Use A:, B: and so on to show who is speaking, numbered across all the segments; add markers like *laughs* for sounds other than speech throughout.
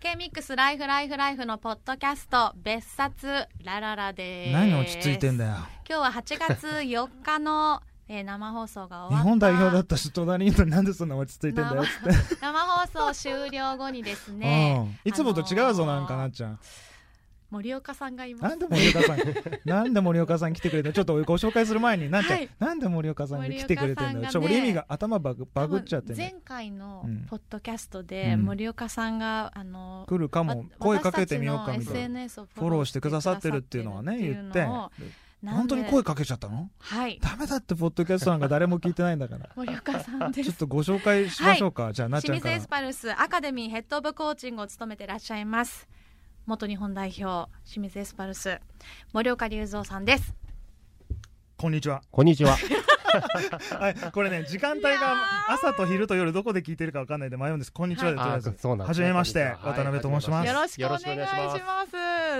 A: K-MIX ライフライフライフのポッドキャスト別冊ラララです
B: 何落ち着いてん
A: だ
B: だよ
A: 今日は8月4日の、えー生放送が終わっ
B: 日
A: た
B: 本代表だったし隣にいるのになんでそんな落ち着いてんだよっつって、
A: 生放送終了後にですね
B: うん、いつもと違うぞ
A: あのー
B: なんかなっちゃん
A: 森岡さんがいま
B: な
A: す
B: んで森岡さんなんで森岡さん来てくれたちょっとご紹介する前になんちゃん、
A: はい
B: なんで森岡さんが来てくれてんだ
A: 森岡
B: よ、
A: さんがね
B: ちょ俺意味が頭バグバグっちゃって
A: 前
B: ね
A: 回の
B: うん
A: ポッドキャストで
B: うん
A: 森岡さんが、あの
B: 来るか
A: わ
B: も声かけてみようかみ
A: 私
B: た
A: たちの
B: いな
A: SNS を
B: フォローしてくださってるっていうのはね言って本当に声
A: か
B: かけちゃったの
A: はい
B: ダメだってポッドキャストなんか誰も聞いてないんだから
A: 森岡さんで
B: ちょ
A: す
B: っとご紹介しましょうか、じゃあなっち
A: 清
B: ゃん
A: 水
B: から
A: エスパルスアカデミーヘッドオブコーチングを務めてらっしゃいます元日本代表清水エスパルス森岡隆三さんです
B: こんにちは
C: こんにち
B: *laughs*
C: は。
B: はい、これね時間帯
A: いや
B: が朝と昼と夜どこで聞いてるかわかんないんで迷うんですこんにちはでとりあえ
C: あ
B: ず
C: そうなんですね
B: はじめまして
C: こんにちは
B: 渡辺と申します
A: よろしくお願い
C: よ
A: し
C: ろ
A: ます
C: し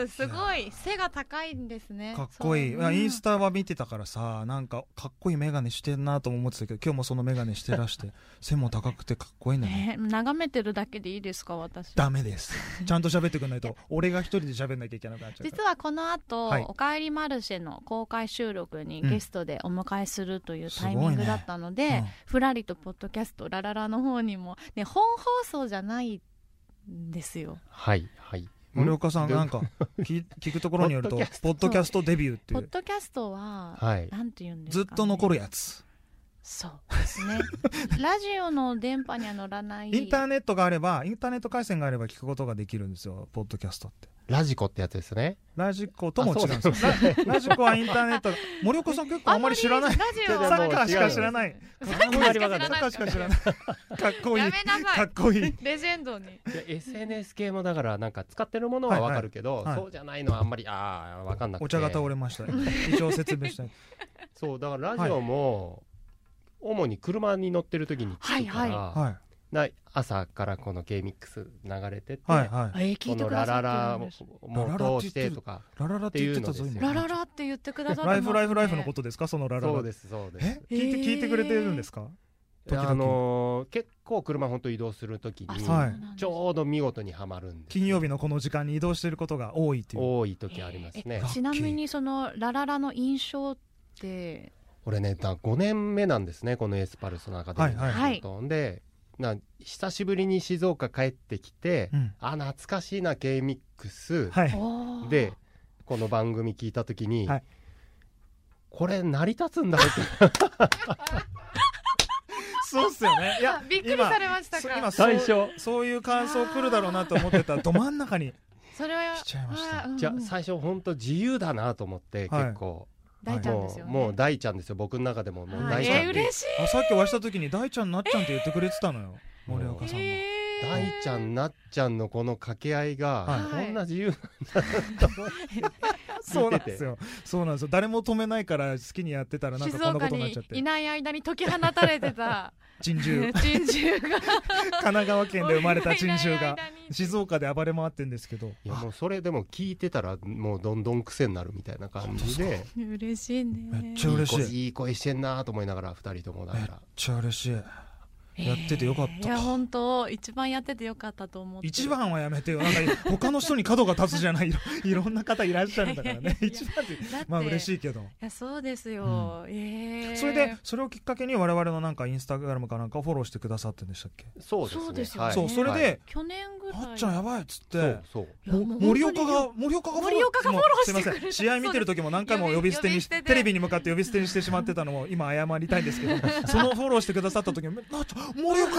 A: すごい背が高いんですね
B: かっこいい、
A: そう
B: いやインス
A: うん
B: タは見てたからさなんかかっこいい眼鏡してんなとも思ってたけど今日もその眼鏡して
A: *laughs*
B: らして背も高くてかっこいいんだ
A: ね
B: ね
A: 眺めてるだけでいいですか私
B: ダ
A: *laughs*
B: メですちゃんと喋ってくんないと俺が一人で喋んなきゃいけなくなっちゃうか
A: 実はこの後、
B: はい
A: おかえりマルシェ」の公開収録にゲストでお迎えするというタイミングだったので、
B: ら、うん
A: ふらりとポッドキャスト「ラララ」の方にも、ね、本放送じゃないんですよ。
C: はい、はい。
B: 森岡さん
C: どう
B: なんか聞聞くところによるとポッドキャストデビューってい
A: ポッ
B: う
A: ドキャストは、
C: はい。
A: なんて言うんです
B: ず
A: か、
B: っと残るやつ
A: そうです
B: *laughs*
A: ねラジオの電波には乗らない
B: インターネットがあればインターネット回線があれば聞くことができるんですよポッドキャストって
C: ラジコってやつですね。
B: ラジコとも違うんです
C: あそう
B: よ。ララジコはインターネット。森岡さん結構あんまり知らな
A: ラ
B: い。
A: ジオ
B: サッカーしか知らない
A: サ
B: サッカ
A: ッカーしか知
B: *laughs*
A: らない
B: ーしか知らない。かっこいい
A: や。めな
B: か
A: さい
B: っこいい。
A: レジェンドに
C: いや SNS 系もだからなんか使ってるものはわかるけど、
B: いはいはい
C: そうじゃないのはあんまりああわかんなくて。
B: お茶が倒れました。一応説明したい。
C: そうだからラジオも、主に車に乗ってる時に聞くから、
A: はい
B: は
C: な朝からこの K ミックス流れてて、
B: いはいはい。
A: え聞
C: こ
A: いて
C: の
A: くだ
C: ラ
A: さっ
C: ラ
A: て
C: ラ
A: るん
C: も
A: です
C: も通してとか。
B: ラララって言ってたぞ
C: っていうのです
B: 今。
C: よ
A: ラララって言ってくださって
B: ライフライフライフのこととですかそのラララ。
C: そうですそうです。
B: え聞いて
A: えー
B: 聞いてくれてるんですか。
C: いや
B: 時々
C: あのー結構車本当移動する時に、
B: はい
C: ちょうど見事にはまるんで
B: 金曜日のこの時間に移動していることが多いっていう。
C: 多い時ありますね
B: え。
A: ちなみにそのラララの印象って
C: 俺ねだ5年目なんですねこのエスパルスのアカデミーの
B: はい
A: はい
C: 仕事でな久しぶりに静岡帰ってきて、
B: うん。
C: あ懐かしいな K ミックス
B: はい。
A: おー
C: でこの番組聞いた時に、
B: はい
C: これ成り立つんだ
B: *laughs*
C: って
B: そうっすよね。いや
A: あびっくりされました
B: そ
A: か
B: 今そう
C: 最初
B: そういう感想来るだろうなと思ってたど真ん中に
A: それは
B: 来ちゃいました
A: あーうんうん
C: じゃあ最初本当自由だなと思って、
B: はい
C: 結構
A: 大ちゃんで
C: も
A: す
C: う,、
A: よね
C: もう大ちゃんですよ僕の中でももう
A: は
C: 大
A: い
C: ちゃん
A: えー
C: で、
A: 嬉しい
B: あさっきお会いした時に大ちゃんなっちゃんって言ってくれてたのよ森岡さんが。
A: えー
C: 大ち
A: *laughs*
C: ゃんなっちゃんのこの掛け合いが、
B: はい
C: こんな自由
B: そうなんですよ。そうなんですよ。誰も止めないから好きにやってたらなんか
A: 静
B: こんなこ
A: 岡
B: とになっ
A: に
B: ちゃって
A: い。ない間に解き放たれてた
B: 珍獣
A: 珍。獣が
B: 神奈川県で生まれた珍獣
A: い
B: が
A: ない間に
B: 静岡で暴れ回ってんですけど。
C: いやもうそれでも聞いてたらもうどんどん癖になるみたいな感じで
A: 嬉しいね
B: めっちゃ嬉しい
C: い声いい声してんなと思いながら二人ともだ
B: めっ
C: から
B: ちゃ嬉しい。やっててよかっ
A: いや
B: た。
A: 本当一番やっててよかったと思ってる
B: 一番はやめてよ。なんか他の人に角が立つじゃない。いろいろんな方いらっしゃるんだからね。
A: いやいや
B: 一番って。
A: だって
B: まあ嬉
A: い
B: しいけど。
A: やそうですよ、ええ
B: それで、それをきっかけに我々のなんかインスタグラムかなんかをフォローしてくださってんでしたっけ
C: そうですね
A: そうですよね
C: はい
B: そう、それ
C: はい
B: で、
A: 去年ぐらい
B: あっちゃんやばいっつっ
C: そ
B: て
C: う。そう
A: いやもう本当に
B: 森岡が森岡がフォロー
A: 森岡がフォローして
B: もうすいま
A: く
B: せ
A: れ
B: ん
A: た
B: 試合見てる時も何回も呼び捨てにし
A: 呼び捨てで
B: テレビに向かって呼び捨てにしてしまってた
A: *laughs*
B: のも今謝りたいんですけどそのフォローしてくださった時も「なっちゃん森岡! 」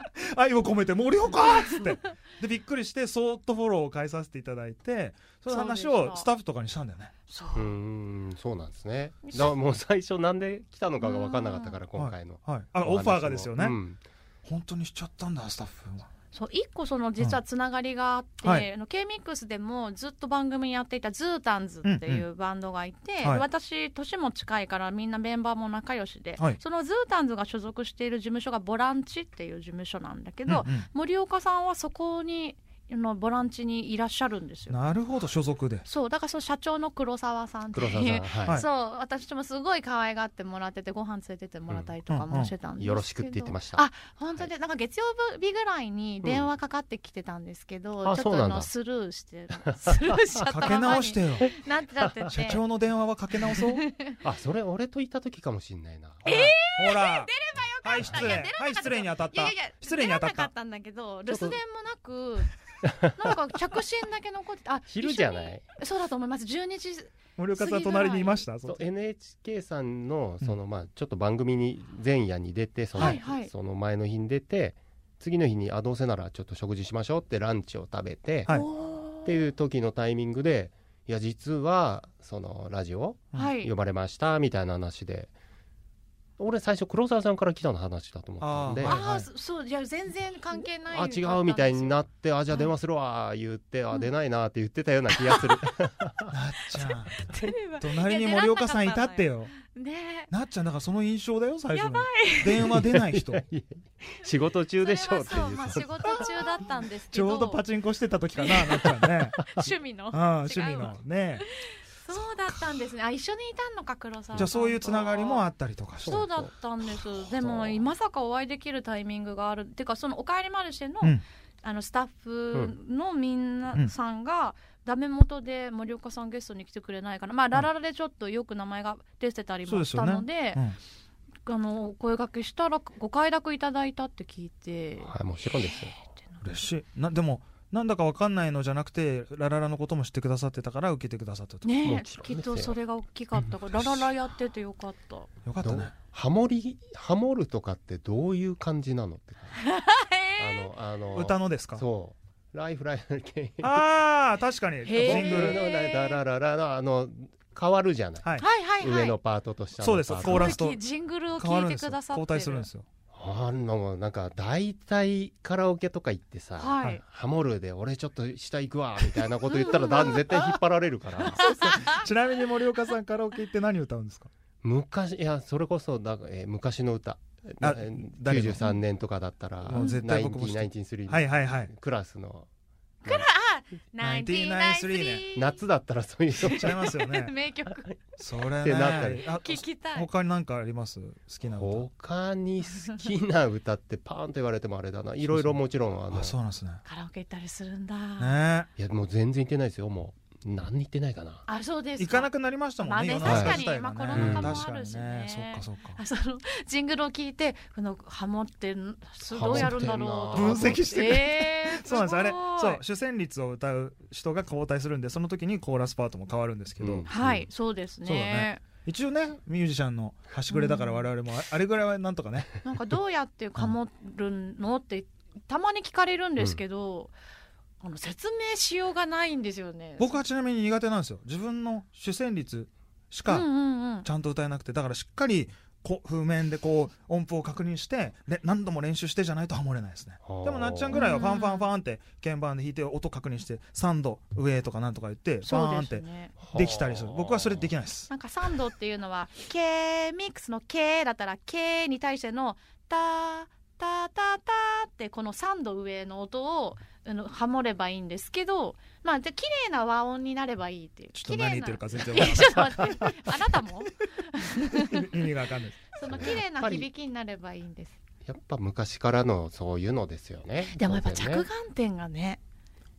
A: *laughs*
B: 愛を込めて「森岡!」っつってでびっくりしてそーっとフォローを返させていただいてその話
A: そうでし
B: を
A: た
B: スタッフとかにしたんだよね
A: そうう、
C: ーんそうなんですねだからもう最初なんで来たのかが分かんなかったから今回の
B: はいあ
C: お話も
B: オファーがですよね、
C: うん
B: 本当にしちゃったんだスタッフは
A: そう一個その実はつながりがあって、
B: うんはい
A: あの K-MIX でもずっと番組やっていたズータンズってい
B: ん
A: ううバンドがいて、
B: はい
A: 私年も近いからみんなメンバーも仲良しで、
B: はい
A: そのズータンズが所属している事務所がボランチっていう事務所なんだけど、
B: うんうん
A: 森岡さんはそこにのボランチにいらっしゃるんですよ。
B: なるほど所属で
A: そうだからその社長の黒沢さんって
C: 黒沢
A: *laughs* いう
C: さん、
B: は
C: は
A: そう私もすごい可愛がってもらっててご飯連れてってもらったりとかもしてたんですけど、
C: い、よろしくって言ってました。
A: あ本当に、なんか月曜日ぐらいに電話かかってきてたんですけど、
C: う
A: ち
C: んあ
A: ょっ
C: そう
A: と
C: な
A: あ
C: んだ
A: のスルーしてスルーしちゃったまま
C: *laughs*
B: か
A: に
B: け直してよ
A: なっちゃってて
B: 社長の電話はかけ直そう
C: あ、それ俺といた時かもしんないな。
B: ほらはい失
A: いや
B: 礼
A: 出ればよかった
B: はい失礼に当たっ
A: いや
B: た
A: いやいや
B: 失礼に当たっ
A: 出なか
B: た
A: ったんだけど
C: ち
A: 留
C: ょっと
A: 守電もな
C: *laughs*
A: くなんか着信だけ残っててあ
C: 昼じゃ
A: い
C: ない
A: そうだと思います12時
B: 森岡さん隣にいました
C: そう
B: そ
C: NHK さんの
B: うん
C: その、まあ、ちょっと番組に前夜に出てその,、
A: はいはい
C: その前の日に出て次の日にあどうせならちょっと食事しましょうってランチを食べて、
B: はい
A: おー
C: っていう時のタイミングでいや実はそのラジオ
A: はい
C: 呼ばれましたみたいな話で俺最初黒沢さんから来たの話だと思ったんで。
B: あ
C: あ
A: ああそそういや全然関係ない
C: 違うみたいになって「あじゃあ電話するわ」言って「あ出ないな」って言ってたような気がす
A: *laughs*
C: る
B: なっちゃん
A: 出れば
B: 隣に森岡さんいたってよ
A: ね
B: なっちゃんだからその印象だよ最初
A: や
B: の電話出ない
A: *laughs*
B: 人
C: 仕事中でしょうって
A: それはそう
C: いう
A: まあ仕事中だったんですけ
B: ち
C: *laughs*
A: ど
B: ょうどパチンコしてた時かななっちゃんね
A: *laughs* 趣味の
B: ああ趣味のね
A: そうだったんですねあ一緒にいたのか黒沢さんと
B: じゃあそういうつながりもあったりとかして
A: そうだったんですでも
C: そう
A: まさかお会いできるタイミングがあるてかその「おかえりマルシェの」
B: うん
A: あのスタッフのみん
B: う
A: なんさんが、ダメ元で森岡さんゲストに来てくれないかなまあ、ラララでちょっとよく名前が出てたりもしたので
B: うん
A: あのお声掛けしたらご快諾いただいたって聞いて、
C: はいもちろんですよ
B: 嬉しいなでもなんだかわかんないのじゃなくてラララのことも知ってくださってたから受けてくださったと、
A: ね
C: も
A: え
C: ちろんです
A: き
C: よ
A: っとそれが大きかったから、ラララやっててよかった
B: よかったね
C: ハモりハモるとかってどういう感じなのって
A: *laughs*
C: あのあの
B: 歌のですか
C: そうライフライフ系
B: ああ確かにジ
A: ー
B: ングル
C: のダラララのあの変わるじゃない、
B: はい
A: はいはいはい
C: 上のパートと下の
B: そうです
C: パート
B: コーラスと
A: すごいジングルを
B: 変わる
A: 聞
B: ん
A: い
B: で
A: て
B: すよ
A: くださって
B: 交代するんですよ
C: あんなもんなんか大体カラオケとか行ってさ、
A: はい
C: ハモるで俺ちょっと下行くわみたいなこと言ったらだん絶対引っ張られ
A: *laughs*
C: るから
B: ちなみに森岡さんカラオケ行って何歌うんですか
C: 昔いやそれこそだ、えー昔の歌
B: あ誰の
C: 93年とかだったら
B: もう絶対僕も知ってる
C: 1993、
B: はいはいはい
C: クラスの
A: *laughs*
B: 99.3
A: 99.3
C: 夏だったらそうい
B: *laughs*
C: う
B: ちゃ
A: *laughs*
B: いますよね
C: *laughs*
A: 名曲
B: それ
C: ってなったり
B: ねあ
A: 聞きたい
B: 他に何かあります好きな歌
C: 他に好きな歌ってパーンと言われてもあれだないろいろもちろんあの
B: あそうなんですね
A: カラオケ行ったりするんだ、
B: ね
C: いやもう全然行ってないですよもう何行ってないかな
A: あそうです
B: 行かな
A: く
B: くなりましたもん
A: ま
B: ね,
A: あね
B: 世の中
C: 確
B: 自
A: かに
B: 体がね、
A: まあ
C: コロナ禍も
B: 確か
A: ある
B: に
A: し
B: ね
A: ね
B: そっかそっか
A: あそのジングルを聞いてこのハモってんすどうやるんだろう
B: 分
C: ハモってんな
B: 析してくれて
A: えー、
B: *laughs* そうなんですあれ
A: ごい
B: そう主旋律を歌う人が交代するんでその時にコーラスパートも変わるんですけど、
C: うん
A: はいそうですね
B: そうだね一応ねミュージシャンの端くれだから我々もああれぐらいはなんとかね、
A: なんかどうやってハモるのってたまに聞かれるんですけど、あの説明しようがないんですよね
B: 僕はちなみに苦手なんですよ自分の主旋律し
A: うんう
B: か
A: んうん
B: ちゃんと歌えなくてだからしっかりこう譜面でこう音符を確認してで何度も練習してじゃないとハモれないですね
C: はあ
B: でもなっちゃんぐらいはファンファンファンって鍵盤で弾いて音確認して3度上とかなんとか言ってバ
A: そ
B: ー
A: うで
B: ンっ
A: す
B: て
A: ね
B: できたりする僕はそれでき
C: ない
B: ないです
A: なんかサンドっていうのは K ミックスの K だったら K に対してのタタタタってこのサンド上の音をあのハモればいいんですけどまあじゃあ綺麗な和音になればいいっていう
B: ちょっと何
A: 綺麗な
B: 言ってる
A: *laughs*
B: か全然
A: いや
B: わ
A: ちょっと待って *laughs* あなたも
B: かんない意味がわ
A: *laughs*
B: かんないです
A: その綺麗な響きになればいいんです
C: やっぱ昔からのそういうのですよね
A: *laughs* でもやっぱ
C: 当
A: 着
C: 然ね
A: 眼点がね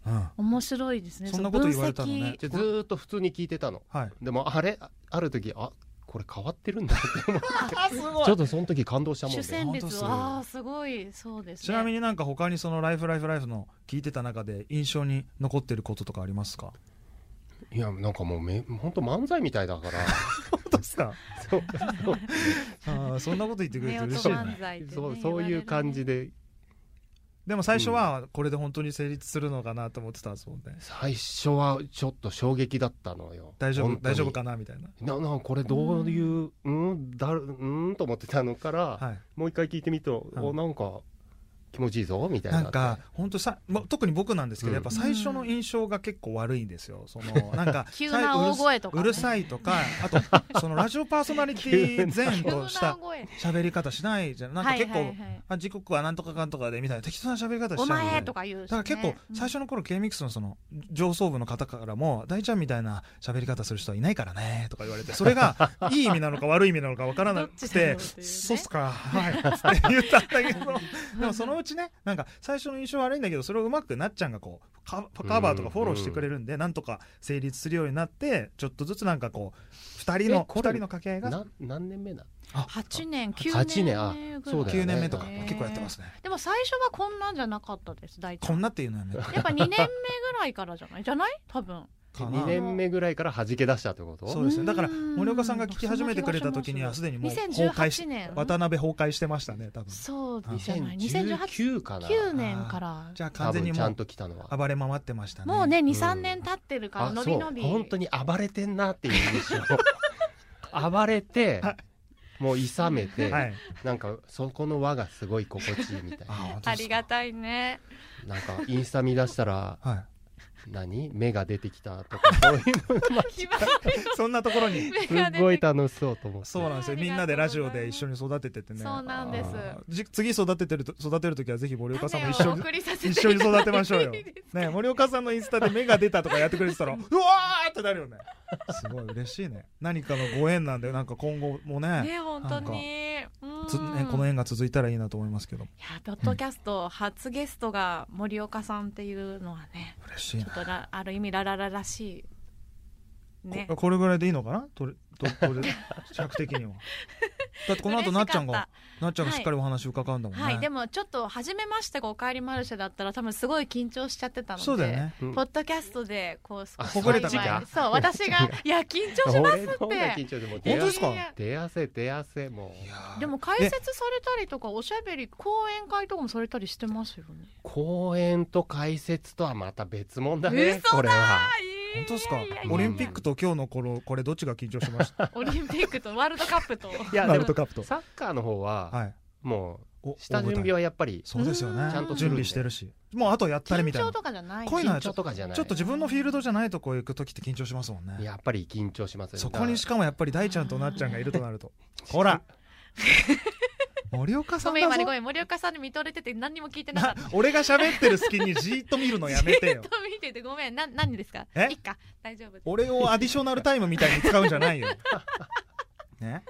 B: うん
A: 面白いですね
B: そんなこと言われたのね
A: その分析
C: でずーっと普通に聞いてたの
B: はい
C: でもあれあある時あこれ変わってる
B: *laughs*
C: んだって思って
B: ごい
C: ちょっとその時感動したもん
A: 主
C: で
A: 旋
B: 本当
A: 律を
B: すごい
A: ああすごいそうですね
B: ちなみになんか他にその「ライフライフライフの聞いてた中で印象に残ってることとかありますか
C: いやなんかもうめ本当漫才みたいだから
A: *laughs*
B: 本当ですか
C: そう
B: ああそんなこと言ってくれて
A: 夫
B: 嬉
A: 婦
B: しい
A: *laughs*
B: ね
A: 漫才ってね
C: そうそういう感じで
B: でも最初はこれで本当に成立するのかなと思ってたんですもんね
C: 最初はちょっと衝撃だったのよ
B: 大丈
C: 本
B: 夫
C: 当に
B: 大丈夫かなみたいな
C: ななこれどういううんだうんと思ってたのから、
B: はい
C: もう一回聞いてみると、
B: うん
C: おなんか気持ちいいぞみたいな
B: なんか本当さ、ま、特に僕なんですけど、
C: うん
B: やっぱ最初の印象が結構悪いんですよ。そのなんか
A: *laughs* 急な大声とかね
B: うるさいとか、あとそのラジオパーソナリテ
C: *laughs*
B: ィ
A: 急
B: 前とした
A: な声
B: 喋り方しないじゃん。なんか結
A: は
B: 構、
A: いはいはい
B: あ時刻はなんとかかんとかでみたいな適当な喋り方しちゃう
A: お
B: んで
A: 前とか言う、ね、
B: だから結構最初の頃 K ミックスのその上層部の方からも大ちゃんみたいな喋り方する人はいないからねとか言われてそれがいい意味なのか悪い意味なのかわからな
A: どっち
B: く
A: だろう
B: て
A: っていうね
B: そうっすかはいつって言ったんだけどでもそのうちねなんか最初の印象悪いんだけどそれをうまくなっちゃんがこうカカバーとかフォローしてくれるんでなんとか成立するようになってちょっとずつなんかこう2人
C: え
B: の
C: こ
B: 二
C: れ
B: 人の掛け合いが
C: な何年目だ
A: 8年9
C: 8
A: 年
C: 年あ
A: 目ぐ
C: そう
A: ら
C: だ
A: い
C: よね
B: 9年目とか
C: ね
B: 結構やってますね
A: でも最初はこんなんじゃなかったです大体
B: こんなっていうのはね
A: やっぱ2年目ぐらいからじゃないじゃない多分
B: かな
C: 2年目ぐらいから弾け出したってこと
B: そうですねだから
A: うん
B: 森岡さんが聞き始めてくれた時にはすでにもう崩壊し
A: 2018年
B: 渡辺崩壊してましたね多分
A: そうじゃない2018
C: 2019かな
A: 9年から
B: じゃあ完
C: 多
B: 全に
C: 分ち
B: も
C: ゃ
B: うん
C: と来たのは
B: 暴れ回ってましたね
A: もうね
C: ん
A: 23年経ってるから
C: あ
A: の
C: そ
A: び
C: う
A: のび
C: 本当に暴れてんなっていう印
B: *laughs*
C: 象暴れて
B: は
C: もういさめ
A: *laughs*
C: て、
B: はい
C: なんかそこの輪がすごい心地いいみたい
B: あ
C: な
B: 本当
A: あ
B: ですか
A: りがたい
C: *laughs*
A: ね
C: なんかインスタ見出したら
B: はい
C: 何目が出てきたとかそういうの
A: 今
B: そんなところに
A: *laughs* 目
C: す
A: が出
C: ごい
A: て
C: 楽しそうと思って
B: そうなんですよ
A: ありがとうございます
B: みんなでラジオで一緒に育てててね
A: そうなんです
B: あーじ次育ててると育てる時はぜひ森岡さんも一
A: 種を
B: 緒に
A: 送りさせて
B: 一緒に育てましょうよ
A: いいです
B: ね森岡さんのインスタで芽が出たとかやってくれてた
A: *laughs*
B: らうわーってなるよねすごい嬉しいね何かのご縁なんでなんか今後もね
A: ね本当にうん
B: つねこの縁が続いたらいいなと思いますけど
A: いやポッドキャスト初ゲストが森岡さんっていうのはね
B: 嬉しい
A: ち
B: な
A: ょっとらある意味ラララらしいね
B: ここれぐらいでいいのかなとれととれ尺的にはだってこの後
A: 嬉しかっ
B: なっち
A: た
B: ゃんがなっちゃんがしっかりお話伺うんだもんね、
A: はいでもちょっと初めましてが「おかえりマルシェ」だったら多分すごい緊張しちゃってたので
B: そうだよね
C: うん
A: ポッドキャストでこう少
C: あ
A: し
B: ほぐれた
A: お祝い
C: 時期
A: そう私
B: *laughs*
A: がいや緊張します
C: 俺の
A: っ
C: 方が緊
A: て
C: 張してもう
B: 本
C: 出
B: 当で
C: 汗
B: すか
A: いやいや
C: 出汗出汗も
B: いうやー
A: でも解説されたりとかおしゃべり講演会とかもされたりしてますよね
C: 公演と解説とはまた別物だ
A: 嘘
C: ね
A: だー
C: これは
B: 本当ですか
A: いやいやいや
B: オリンピックと今日の頃これどっちが緊張しました
A: オリンピックとワールドカップと
C: いや
B: ワー
C: で
B: ル
C: も
B: ドカップと
C: サッカーの方は
B: はい
C: も
B: お
C: う下
B: 大
C: 準備
B: 舞台
C: はやっぱり
B: そうですよね
A: ちゃんとす
B: 準
A: るんで
B: 備してるしもうあとやったり
A: 緊
B: みたいな
A: 張とかじゃない
B: こういうのは
C: 緊張とかじゃない
B: ちょっと自分のフィールドじゃないとこ行く時って緊張しますもんね
C: やっぱり緊張しますよね
B: そこにしかもやっぱり大ちゃんとなっちゃんがいるとなるとほら森岡さ
A: ご
B: ん
A: め
B: だ
A: ん
B: ぞ
A: 今ねごめん森岡さんに見とれてて何にも聞いてなかっ
B: な
A: た
B: 俺が喋ってる隙にじーっと見るのやめ
A: *laughs*
B: てよ
A: ずっと見ててごめんな何ですか
B: え
A: いいか大丈夫
B: 俺をアディショナルタイムみたいに使うんじ
A: *laughs*
B: ゃないよね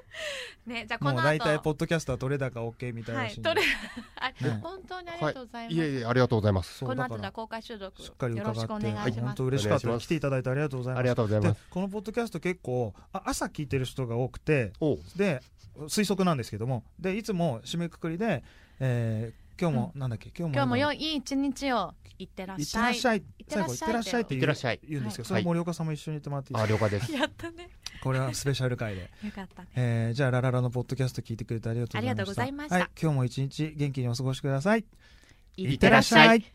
A: ねじゃあこ
B: もう
A: の
B: 大体
A: 後
B: ポッドキャストはどれだか OK みたい
A: は
B: ないし、
A: 取れ *laughs* あ
B: ね
A: 本当にありがとうございます、
C: いえいえありがとうございます
B: そう
A: この
B: だ
A: 後じゃ
B: か
A: あ
B: ら
A: 公開収録
B: しっかり
A: よろしく
B: 伺
A: お
B: って
A: 願いし
B: 本
A: ます
B: 当嬉しかった
C: お願
B: で
C: いしますす
B: 来ていただいてありがとうございます
C: ありがとうございます
B: でこのポッドキャスト結構あ朝聞いてる人が多くて
C: おう
B: で推測なんですけどもでいつも締めくくりで、えー今日も、なんだっけ今日も
A: 今日も良
B: い
A: い一日をいってらっ
B: って
A: し
B: ら
A: ゃ
B: っ
A: い
B: しゃい
A: いって
B: 最
A: らっ
B: 後いっ
A: しゃい
B: てらっしゃいって言
C: いって
B: う
C: らっしゃい
B: 言うんですけど、そ
C: は
B: れ
C: い
B: 森岡さんも一緒に言ってもらっていいで
C: あ
B: すか
C: 了解です
A: *laughs* やったね
B: これはスペシャル回で
A: よかったね
B: えーじゃあラララのポッドキャスト聞いてくれてありがとうご
A: あ
B: ざいました
A: りがとうございました
B: はい、今日も一日元気にお過ごしください
A: い
C: ってらっしゃい
B: い